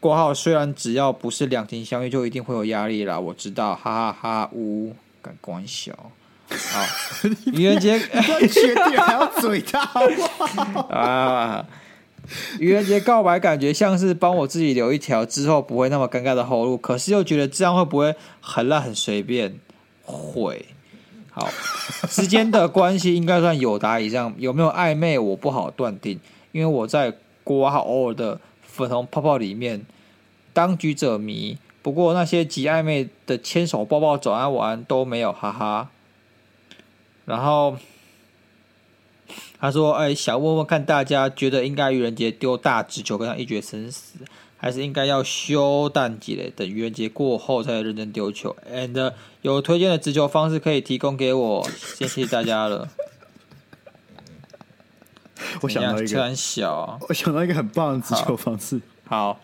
Speaker 1: 括号虽然只要不是两情相悦就一定会有压力啦，我知道，哈哈哈呜，敢关小。好，愚人节。
Speaker 2: 断绝定还要嘴他好不好？
Speaker 1: 啊，愚人节告白感觉像是帮我自己留一条之后不会那么尴尬的后路，可是又觉得这样会不会很烂很随便？会。好，之间的关系应该算有答以上，有没有暧昧我不好断定，因为我在国好偶尔的粉红泡泡里面当局者迷。不过那些极暧昧的牵手、抱抱、早安、晚安都没有，哈哈。然后他说：“哎、想问问看大家觉得应该愚人节丢大直球跟他一决生死，还是应该要休淡季嘞？等愚人节过后再认真丢球。”And 呃有推荐的直球方式可以提供给 我，谢谢大家了。
Speaker 2: 我想到一
Speaker 1: 怎样
Speaker 2: 个，
Speaker 1: 很小啊、
Speaker 2: 我想到一个很棒的直球方式。
Speaker 1: 好，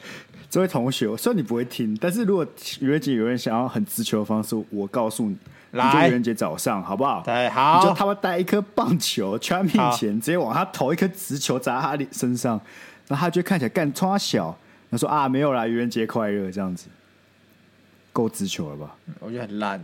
Speaker 2: 这位同学，虽然你不会听，但是如果愚人节有人想要很直球的方式，我告诉你，你就
Speaker 1: 来
Speaker 2: 愚人节早上好不好？
Speaker 1: 对，
Speaker 2: 你就
Speaker 1: 好，
Speaker 2: 他妈带一颗棒球去他面前，直接往他投一颗直球砸他脸身上，然后他就看起来干冲他小，他说啊没有啦，愚人节快乐这样子，够直球了吧？
Speaker 1: 我觉得很烂。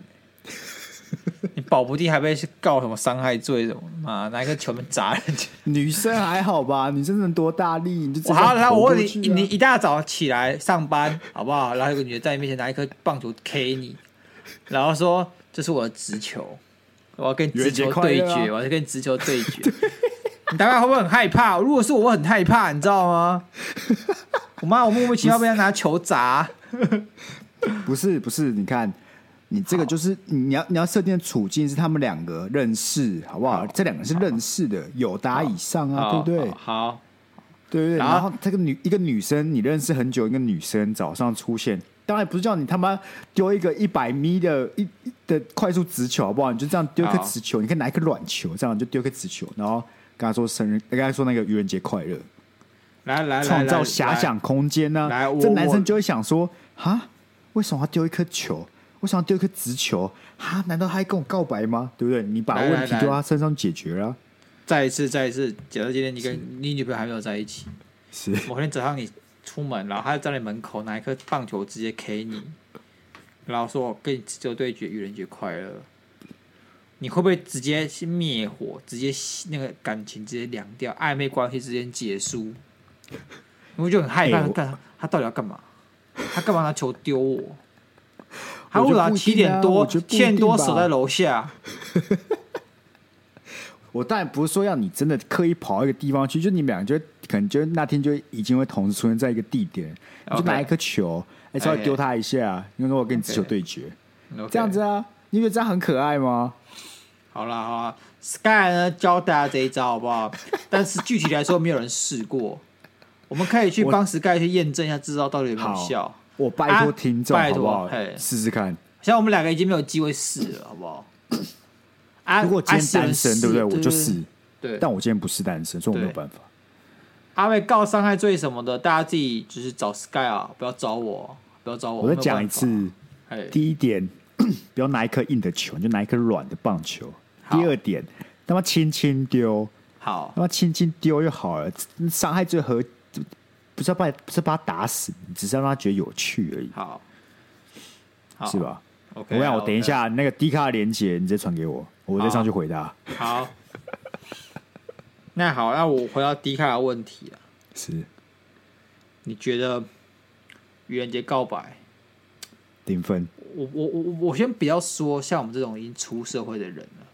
Speaker 1: 你保不定还被告什么伤害罪什么？妈，拿一个球门砸人家。
Speaker 2: 女生还好吧？女生能多大力？你就直接
Speaker 1: 好，那
Speaker 2: 投
Speaker 1: 我问
Speaker 2: 过去
Speaker 1: 你，
Speaker 2: 啊
Speaker 1: 你一大早起来上班好不好？然后有个女的在你面前拿一颗棒球 K 你，然后说这是我的直球，我要跟直球对
Speaker 2: 愚人节快
Speaker 1: 决，
Speaker 2: 乐
Speaker 1: 我要跟直球对决。你大概会不会很害怕？如果是我，我会很害怕，你知道 吗？我妈，我莫名其妙被她拿球砸。
Speaker 2: 不是不是，你看，你这个就是你要你要设定的处境是他们两个认识，好不好？这两个是认识的，有答以上啊，对
Speaker 1: 好
Speaker 2: 不对？
Speaker 1: 好，
Speaker 2: 对不对？
Speaker 1: 然后
Speaker 2: 然后这个女一个女生，你认识很久，一个女生早上出现，当然不是叫你他妈丢一个一百米的一一的快速直球，好不好？你就这样丢一颗
Speaker 1: 好
Speaker 2: 直球，你可以拿一颗软球，这样就丢一颗直球，然后跟他说生日，跟他说那个愚人节快乐，
Speaker 1: 来来来，
Speaker 2: 创造
Speaker 1: 来
Speaker 2: 遐。想空间呢、
Speaker 1: 来我
Speaker 2: 这男
Speaker 1: 我
Speaker 2: 生就会想说：哈，为什么要丢一颗球？为什么要丢一颗直球？哈，难道他还跟我告白吗？对不对？你把
Speaker 1: 来
Speaker 2: 问题
Speaker 1: 来
Speaker 2: 丢他身上解决了啊、
Speaker 1: 再一次，再一次，假如今天你跟你女朋友还没有在一起，
Speaker 2: 是
Speaker 1: 某天早上你出门，然后她就在你门口拿一颗棒球直接 K 你，然后说我跟你直球对决，愚人节快乐。你会不会直接去灭火，直接那个感情直接凉掉，暧昧关系之间结束？你会就很害怕，
Speaker 2: 哎我
Speaker 1: 干、他到底要干嘛？他干嘛拿球丢我？他
Speaker 2: 我
Speaker 1: 为
Speaker 2: 觉得
Speaker 1: 啥
Speaker 2: 不一
Speaker 1: 七
Speaker 2: 定啊
Speaker 1: 点多
Speaker 2: 我觉得不一
Speaker 1: 七点多
Speaker 2: 定吧
Speaker 1: 守在楼下？
Speaker 2: 我当然不是说要你真的刻意跑到一个地方去，就你们俩就会可能就那天就已经会同时出现在一个地点，你就
Speaker 1: OK
Speaker 2: 拿一颗球，哎，稍微丢他一下，因为说我跟你直球对决，这样子啊，你觉得这样很可爱吗？
Speaker 1: 好啦好啦，Sky 呢教大家这一招好不 好？但是具体来说，没有人试过，我们可以去
Speaker 2: 我
Speaker 1: 帮 Sky 去验证一下，这招到底有没有
Speaker 2: 好
Speaker 1: 效。
Speaker 2: 我拜托
Speaker 1: 啊
Speaker 2: 听众
Speaker 1: 拜
Speaker 2: 好不
Speaker 1: 托
Speaker 2: 好
Speaker 1: 嘿？
Speaker 2: 试试看。
Speaker 1: 像我们两个已经没有机会试了，好不好？啊，
Speaker 2: 如果今
Speaker 1: 啊
Speaker 2: 天单身，对不对？我
Speaker 1: 是
Speaker 2: 就。
Speaker 1: 有人
Speaker 2: 试
Speaker 1: 试，对，
Speaker 2: 但我今天不是单身，所以我没有
Speaker 1: 对
Speaker 2: 办法。
Speaker 1: 阿伟告伤害罪什么的，大家自己就是找 Sky 啊，不要找我，不要找我。
Speaker 2: 我再
Speaker 1: 没有
Speaker 2: 讲
Speaker 1: 办
Speaker 2: 一
Speaker 1: 法，
Speaker 2: 次，
Speaker 1: 哎，
Speaker 2: 第一点， 不要拿一颗硬的球，你就拿一颗软的棒球。
Speaker 1: 好
Speaker 2: 第二点，他妈轻轻丢，
Speaker 1: 好
Speaker 2: 他，妈轻轻丢就好了，伤害最和不是要把不是把他打死，只是要让他觉得有趣而已，
Speaker 1: 好，好，
Speaker 2: 是？吧？
Speaker 1: OK，
Speaker 2: 我想
Speaker 1: 好
Speaker 2: 我等一，下那个低卡的连接，你直接传给我，我再上去回答。
Speaker 1: OK 好。那好，那我回到迪卡的问题啊。
Speaker 2: 是
Speaker 1: 你觉得愚人节告白？
Speaker 2: 顶分
Speaker 1: 我我我我先不要说像我们这种已经出社会的人了，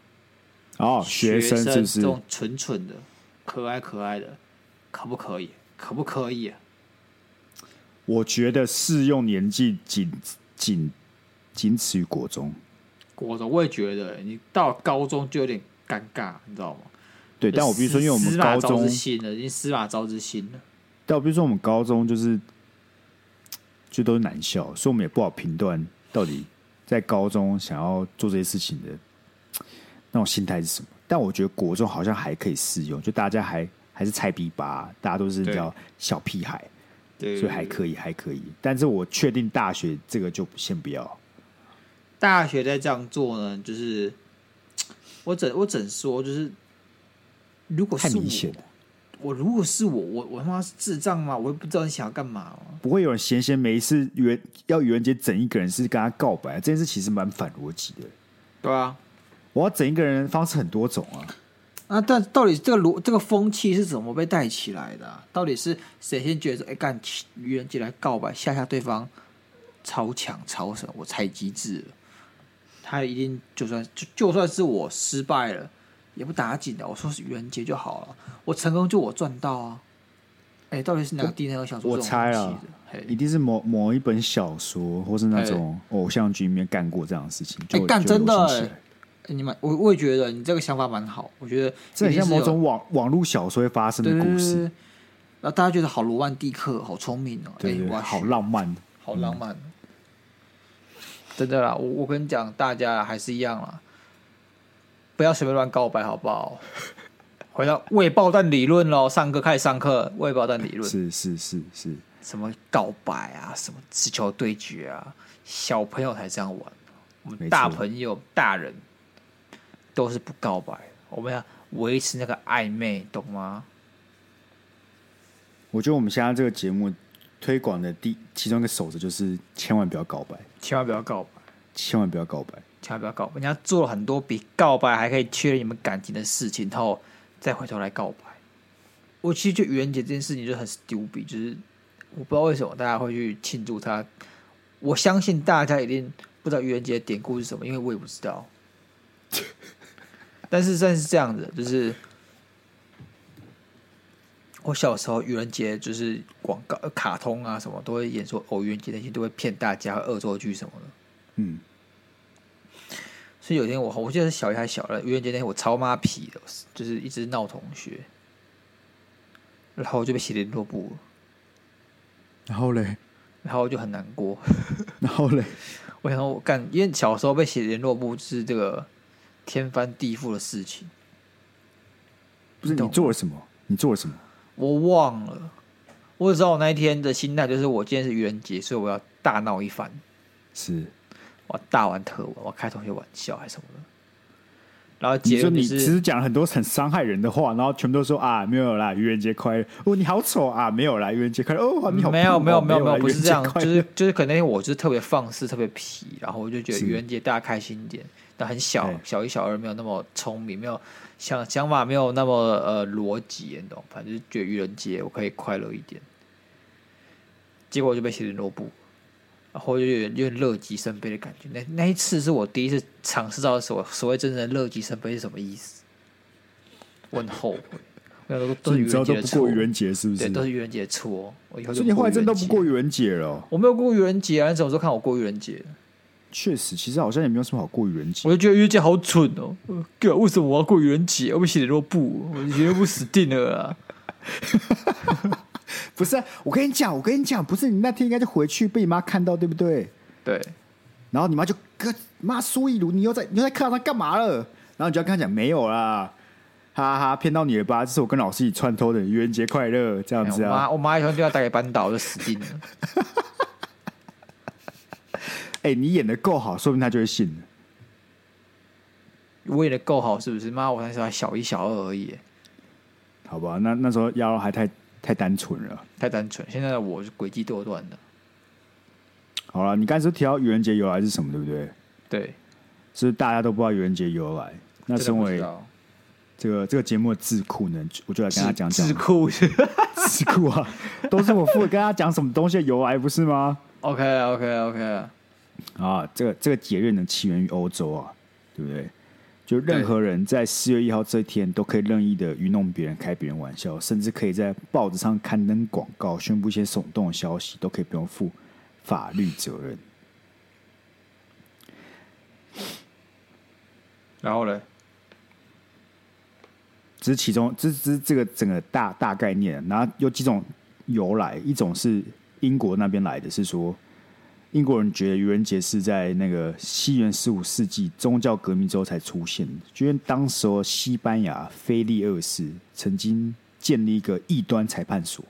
Speaker 2: 哦，学生是不
Speaker 1: 这
Speaker 2: 是
Speaker 1: 种蠢蠢的、可爱可爱的，可不可以？可不可以、啊？
Speaker 2: 我觉得适用年纪仅仅仅此于国中。
Speaker 1: 果然，我也觉得你到高中就有点尴尬，你知道吗？
Speaker 2: 对，但我必须说，因为我们
Speaker 1: 司马
Speaker 2: 高
Speaker 1: 昭
Speaker 2: 中
Speaker 1: 之，心了，已经司马昭之心了。
Speaker 2: 但我必须说我们高中就是就都是男校，所以我们也不好评断到底在高中想要做这些事情的那种心态是什么。但我觉得国中好像还可以适用，就大家还还是菜逼吧，大家都是
Speaker 1: 对
Speaker 2: 叫小屁孩，
Speaker 1: 对，
Speaker 2: 所以还可以，还可以。但是我确定大学这个就先不要。
Speaker 1: 大学在这样做呢，就是我怎我怎说，就是如果是
Speaker 2: 太明
Speaker 1: 我
Speaker 2: 显了
Speaker 1: 我如果是我，我我他妈是智障吗？我也不知道你想要干嘛哦、
Speaker 2: 不会有人闲闲没事愚人要愚人节整一个人是跟他告白，这件事其实蛮反逻辑的。
Speaker 1: 对啊，
Speaker 2: 我要整一个人的方式很多种啊，
Speaker 1: 那但到底这个逻这个风气是怎么被带起来的啊、到底是谁先觉得说，哎、干愚人节来告白吓吓对方，超强超神，我太机智了。他一定就算就就算是我失败了，也不打紧的。我说是愚人节就好了，我成功就我赚到啊。哎、到底是哪个地方有想出
Speaker 2: 我
Speaker 1: 这种
Speaker 2: 猜
Speaker 1: 东西
Speaker 2: 啊
Speaker 1: 的嘿
Speaker 2: 一定是某某一本小说或是那种偶像剧里面干过这样的事情，就
Speaker 1: 哎干
Speaker 2: 就
Speaker 1: 真的
Speaker 2: 流行起来
Speaker 1: 哎欸你们，我我也觉得你这个想法蛮好，我觉得
Speaker 2: 这很
Speaker 1: 一定
Speaker 2: 像
Speaker 1: 是
Speaker 2: 某
Speaker 1: 有
Speaker 2: 种网网络小说会发生
Speaker 1: 对
Speaker 2: 的
Speaker 1: 对对
Speaker 2: 故
Speaker 1: 对
Speaker 2: 事，
Speaker 1: 对，那大家觉得好罗曼蒂克，好聪明哦，
Speaker 2: 对
Speaker 1: 哎，
Speaker 2: 对对，
Speaker 1: 哇，
Speaker 2: 好浪漫。
Speaker 1: 好浪漫哦、
Speaker 2: 嗯
Speaker 1: 真的啦，我我跟你讲，大家啦还是一样啦，不要随便乱告白，好不好？ 回到未爆弹理论喽，上课开始上课，未爆弹理论，
Speaker 2: 是是是是，
Speaker 1: 什么告白啊，什么直球对决啊，小朋友才这样玩，我
Speaker 2: 没
Speaker 1: 们大
Speaker 2: 错
Speaker 1: 朋友、大人都是不告白，我们要维持那个暧昧，懂吗？
Speaker 2: 我觉得我们现在这个节目推广的第其中一个守则就是千万不要告白，
Speaker 1: 千万不要告白。
Speaker 2: 千万不要告白。
Speaker 1: 千万不要告白，人家做了很多比告白还可以确认你们感情的事情然后，再回头来告白。我其实就愚人节这件事情就很 stupid，就是我不知道为什么大家会去庆祝它。我相信大家一定不知道愚人节的典故是什么，因为我也不知道。 但是但是这样子，就是我小时候愚人节就是广告、呃卡通啊什么都会演说，哦，愚人节那些都会骗大家恶作剧什么的。
Speaker 2: 嗯，
Speaker 1: 所以有一天我我记得是小一还是小二，愚人节那天我超妈皮的，就是一直闹同学，然后我就被写联络簿了，
Speaker 2: 然后嘞，
Speaker 1: 然后我就很难过。
Speaker 2: 然后嘞，
Speaker 1: 我想说我干，因为小时候被写联络簿是这个天翻地覆的事情，
Speaker 2: 不是
Speaker 1: 你懂
Speaker 2: 你做了什么？你做了什么？
Speaker 1: 我忘了。我只知道我那一天的心态就是我今天是愚人节，所以我要大闹一番，
Speaker 2: 是
Speaker 1: 我要大玩特玩，我要开同学玩笑还是什么的。然后
Speaker 2: 你
Speaker 1: 结
Speaker 2: 说
Speaker 1: 论
Speaker 2: 你
Speaker 1: 就
Speaker 2: 其
Speaker 1: 是
Speaker 2: 实讲了很多很伤害人的话，然后全部都说啊没有啦，愚人节快乐哦，你好丑啊，没有啦，愚人节快乐哦，你好
Speaker 1: 嗯没有
Speaker 2: 酷哦
Speaker 1: 没有没有
Speaker 2: 没
Speaker 1: 没有，
Speaker 2: 啦
Speaker 1: 不是这样
Speaker 2: 愚人节，快
Speaker 1: 就
Speaker 2: 乐
Speaker 1: 是就是可能因为我就是特别放肆，特别皮，然后我就觉得
Speaker 2: 是
Speaker 1: 愚人节大家开心一点，但很小
Speaker 2: 对
Speaker 1: 小一小二没有那么聪明，没有想想法没有那么呃逻辑，你懂？反正就是觉得愚人节我可以快乐一点，结果我就被写成萝卜，然后我就有点有点乐极生悲的感觉。那那一次是我第一次尝试到所所谓真正的乐极生悲是什么意思，我很后悔， 我想说都
Speaker 2: 所
Speaker 1: 是
Speaker 2: 以
Speaker 1: 愚
Speaker 2: 你知道
Speaker 1: 人
Speaker 2: 都
Speaker 1: 节的
Speaker 2: 不
Speaker 1: 错
Speaker 2: 过愚。人节是不
Speaker 1: 对，
Speaker 2: 是？
Speaker 1: 都是愚人节的错。我以后就
Speaker 2: 所以你后来
Speaker 1: 愚人
Speaker 2: 真的都不
Speaker 1: 节
Speaker 2: 过愚人节了哦。
Speaker 1: 我没有过愚人节啊！你什么时候看我过愚人节？
Speaker 2: 确实，其实好像也没有什么好过愚人节。
Speaker 1: 我就觉得愚人节好蠢哦！呃干为什么我要过愚人节？我被写联络簿，我写联络簿死定了 啊！
Speaker 2: 不是啊、我跟你讲，我跟你讲，不是你那天应该就回去被你妈看到，对不对？
Speaker 1: 对，
Speaker 2: 然后你妈就哥妈苏一如，你又在你又在课堂上干嘛了？然后你就要跟她讲没有啦，哈哈，骗到你了吧？这是我跟老师一起串通的，愚人节快乐这样
Speaker 1: 哎我
Speaker 2: 子啊。
Speaker 1: 妈我妈一通电话打给班导，我就死定了。
Speaker 2: 哎、你演的够好，说不定她就会信了。
Speaker 1: 我演的够好是不是？妈，我那时候还小一小二而已，
Speaker 2: 好吧，那那时候妖还太太单纯了。
Speaker 1: 太单纯。现在的我是诡计多端的。
Speaker 2: 好了，你刚才说提到愚人节由来是什么，对不对？
Speaker 1: 对，
Speaker 2: 是大家都不知道愚人节由来。那
Speaker 1: 真的
Speaker 2: 身
Speaker 1: 不知
Speaker 2: 为
Speaker 1: 道
Speaker 2: 这个这个节目的智库呢，我就来跟他讲啊讲
Speaker 1: 智库是
Speaker 2: 智库啊， 都是我负责跟他讲什么东西的由来，不是吗？
Speaker 1: OK OK OK，
Speaker 2: 啊，这个这个节日呢起源于欧洲啊，对不对？就任
Speaker 1: 对
Speaker 2: 何人在四月一号这一天都可以任意的愚弄别人、开别人玩笑，甚至可以在报纸上刊登广告、宣布一些耸动的消息，都可以不用负法律责任。
Speaker 1: 然后嘞，
Speaker 2: 只是其中，这这这个整个大大概念，然后有几种由来，一种是英国那边来的，是说英国人觉得愚人节是在那个西元十五世纪宗教革命之后才出现的，就因为当时候西班牙菲利二世曾经建立一个异端裁判所，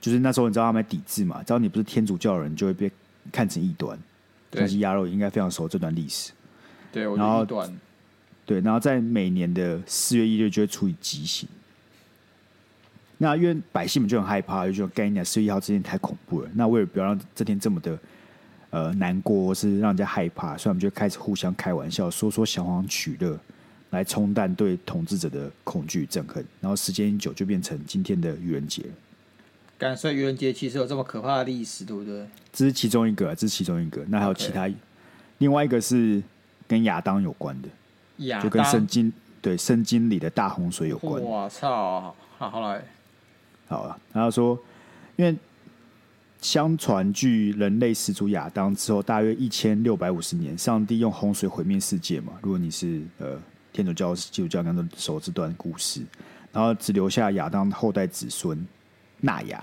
Speaker 2: 就是那时候你知道他们在抵制嘛，只要你不是天主教人，就会被看成异端。但是
Speaker 1: 对
Speaker 2: 鸭肉应该非常熟这段历史。
Speaker 1: 对，我
Speaker 2: 然后
Speaker 1: 就一段
Speaker 2: 对，然后在每年的四月一日就会处以极刑。那因为百姓们就很害怕，就觉得干你啊四月一号这天太恐怖了。那为了不要让这天这么的呃难过，或是让人家害怕，所以我们就开始互相开玩笑，说说小黄取乐，来来冲淡对统治者的恐惧憎恨，然后时间一久就变成今天的愚人节了。
Speaker 1: 感所以愚人节其实有这么可怕的历史，对不对？
Speaker 2: 这是其中一个，啊这是其中一个。那还有
Speaker 1: OK
Speaker 2: 其他另外一个是跟亚当有关的，
Speaker 1: 亚
Speaker 2: 就跟圣经对圣经里的大洪水有关。
Speaker 1: 我操！好，好来，
Speaker 2: 好了，然后说，因为相传距人类始祖亚当之后大约一千六百五十年，上帝用洪水毁灭世界嘛。如果你是呃天主教、基督教，刚刚熟这段故事，然后只留下亚当后代子孙纳雅。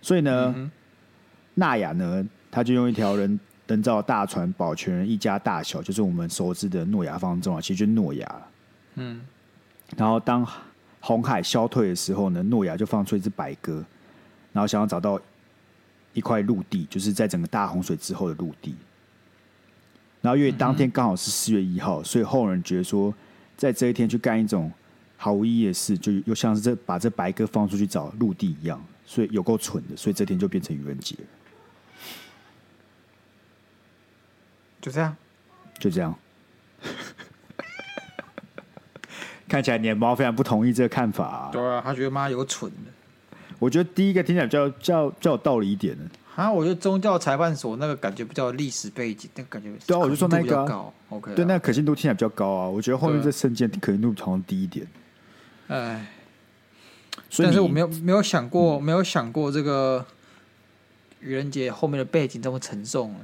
Speaker 2: 所以呢，纳雅呢，他就用一条人人造大船保全人一家大小，就是我们熟知的诺亚方舟啊，其实就是诺亚啦
Speaker 1: 嗯，
Speaker 2: 然后当红海消退的时候呢，诺亚就放出一只白鸽，然后想要找到一块陆地，就是在整个大洪水之后的陆地。然后因为当天刚好是四月一号，所以后人觉得说，在这一天去干一种毫无意义的事，就又像是这把这白鸽放出去找陆地一样，所以有够蠢的，所以这天就变成愚人节了，
Speaker 1: 就这样。
Speaker 2: 就这样。 看起来你的猫非常不同意这个看法、啊。
Speaker 1: 对啊，他觉得妈有个蠢的。
Speaker 2: 我觉得第一个听起来比较比较比较有道理一点的，
Speaker 1: 啊，我觉得宗教裁判所那个感觉比较有历史背景，那个感觉
Speaker 2: 对啊我就说那个
Speaker 1: 高度
Speaker 2: 啊
Speaker 1: 比较高 OK 啊。
Speaker 2: 对，那可信度听起来比较高啊。我觉得后面
Speaker 1: 对啊
Speaker 2: 这圣剑可信度好像低一点，
Speaker 1: 哎，
Speaker 2: 所以
Speaker 1: 但是
Speaker 2: 你
Speaker 1: 我没有没有想过，没有想过这个愚人节后面的背景这么沉重啊，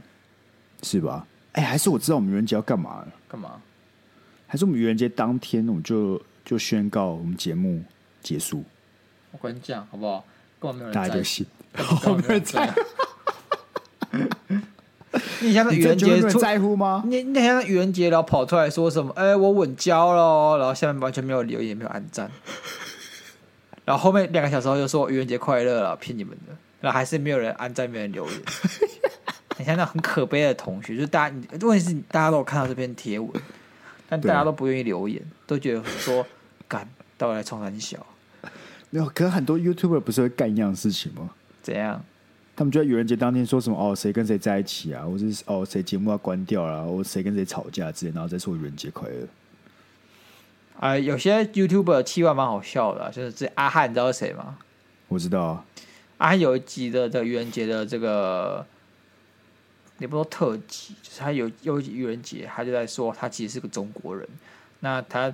Speaker 2: 是吧？哎、还是我知道我们愚人节要干嘛了，
Speaker 1: 干嘛？
Speaker 2: 还是我们愚人节当天我们就就宣告我们节目结束，
Speaker 1: 我跟你讲好不好？根本没有人
Speaker 2: 大家就
Speaker 1: 在，
Speaker 2: 信。
Speaker 1: 根本没有人 在。你想那愚人
Speaker 2: 你真的
Speaker 1: 节
Speaker 2: 觉得没有人
Speaker 1: 出
Speaker 2: 在乎吗？
Speaker 1: 那那天愚人节，然后跑出来说什么？哎、我稳交喽，然后下面完全没有留言，也没有按赞。 然后后面两个小时后又说愚人节快乐了，骗你们的。然后还是没有人按赞，没有人留言。你看那很可悲的同学，就是大家，你问题是大家都有看到这篇贴文，但大家都不愿意留言，都觉得说干到底来冲三小
Speaker 2: 没有，可是很多 YouTuber 不是会干一样的事情吗？
Speaker 1: 怎样？
Speaker 2: 他们就在愚人节当天说什么哦，谁跟谁在一起啊，或者是哦谁节目要关掉啦，或谁跟谁吵架之类，然后再说愚人节快乐。
Speaker 1: 哎、有些 YouTuber 气话蛮好笑的啊、就是这阿汉，你知道是谁吗？
Speaker 2: 我知道啊，
Speaker 1: 啊，有一集的这个愚人节的这个，也不说特辑，就是他有有一集愚人节，他就在说他其实是个中国人，那他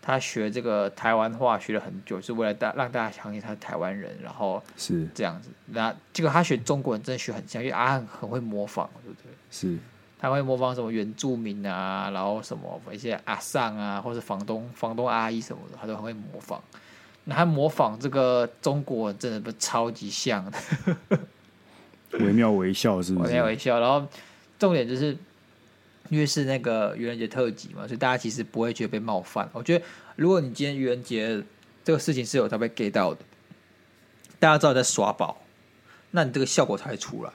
Speaker 1: 他学这个台湾话学了很久，是为了大让大家相信他是台湾人，然后
Speaker 2: 是
Speaker 1: 这样子。那结果他学中国人真的学很像，因为阿汉很会模仿，对不对？
Speaker 2: 是，
Speaker 1: 他会模仿什么原住民啊，然后什么一些阿上啊，或是房东房东阿姨什么的，他都很会模仿。那他模仿这个中国人真的不超级像的。
Speaker 2: 惟妙惟肖是不
Speaker 1: 我
Speaker 2: 是？
Speaker 1: 开玩笑。然后重点就是，因为是那个愚人节特辑嘛，所以大家其实不会觉得被冒犯。我觉得，如果你今天愚人节这个事情是有他被 get 到的，大家知道你在耍宝，那你这个效果才会出来。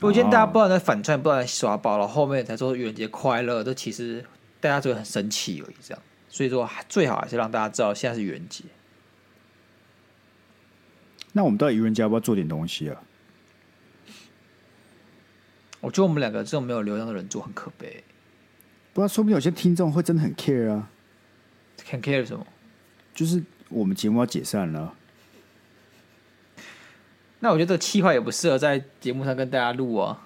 Speaker 1: 我今天大家不知道你在反串，不知道你在耍宝，然后后面才说愚人节快乐，这其实大家只会很生气而已。这样，所以说最好还是让大家知道现在是愚人节。
Speaker 2: 那我们到底愚人节要不要做点东西啊？
Speaker 1: 我觉得我们两个这种没有流量的人做很可悲，
Speaker 2: 不知道，说不定有些听众会真的很 care 啊，
Speaker 1: 很 care 什么？
Speaker 2: 就是我们节目要解散了，
Speaker 1: 那我觉得这个气话也不适合在节目上跟大家录啊。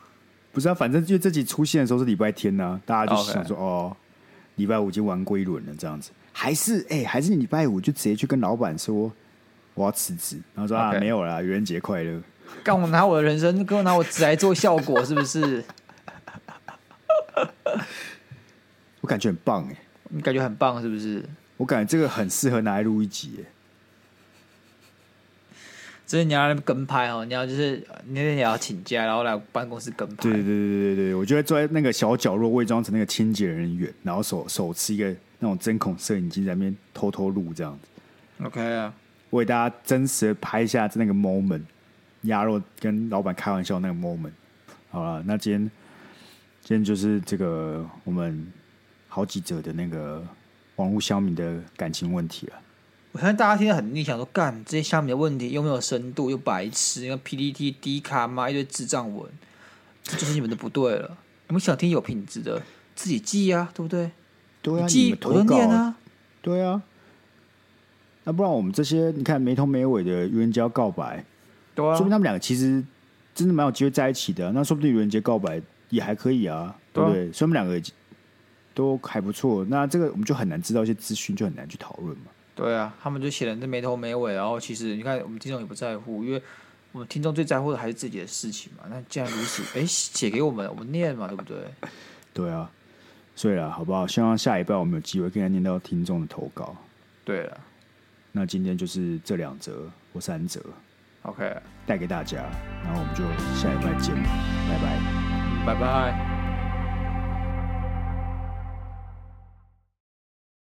Speaker 2: 不是啊？反正就这集出现的时候是礼拜天呐、大家就
Speaker 1: OK
Speaker 2: 想说哦，礼拜五已经玩过一轮了，这样子，还是哎、还是你礼拜五就直接去跟老板说我要辞职，然后说啊
Speaker 1: OK
Speaker 2: 没有啦，愚人节快乐，
Speaker 1: 干我拿我的人生，跟我拿我纸来做效果，是不是？
Speaker 2: 我感觉很棒哎、
Speaker 1: 你感觉很棒，是不是？
Speaker 2: 我感觉这个很适合拿来录一集、欸，
Speaker 1: 只是你要在那边跟拍哦，你要就是呃你那天也要请假，然后来办公室跟拍。
Speaker 2: 对对对对对对，我就会坐在那个小角落，伪装成那个清洁人员，然后手手持一个那种针孔摄影机在那边偷偷录这样子。
Speaker 1: ，OK 啊，
Speaker 2: 为大家真实的拍一下那个 moment，鸭肉跟老板开玩笑那个 moment。好了，那今天今天就是这个我们好几者的那个网络消民的感情问题了。
Speaker 1: 我相信大家听得很腻，想说干这些下面的问题又没有深度，又白痴，又 PPT、D 卡妈一堆智障文，这就是你们的不对了。你们想听有品质的，自己记啊，对不对？
Speaker 2: 对啊，你
Speaker 1: 记
Speaker 2: 们
Speaker 1: 我
Speaker 2: 投
Speaker 1: 都
Speaker 2: 稿
Speaker 1: 念啊，
Speaker 2: 对啊，那不然我们这些你看没头没尾的愚人节要告白，
Speaker 1: 对啊
Speaker 2: 说，明他们两个其实真的蛮有机会在一起的啊、那说不定愚人节告白也还可以啊，
Speaker 1: 对
Speaker 2: 对
Speaker 1: 啊
Speaker 2: 不对？所以我们两个都还不错。那这个我们就很难知道一些资讯，就很难去讨论嘛。
Speaker 1: 对啊，他们就写的这没头没尾，然后其实你看我们听众也不在乎，因为我们听众最在乎的还是自己的事情嘛。那既然如此，哎，写给我们，我们念嘛，对不对？
Speaker 2: 对啊，所以啊，好不好？希望下一拜我们有机会可以念到听众的投稿。
Speaker 1: 对了
Speaker 2: 那今天就是这两则或三则
Speaker 1: ，OK，
Speaker 2: 带给大家，然后我们就下一拜见，拜
Speaker 1: 拜
Speaker 2: 拜。
Speaker 1: 拜。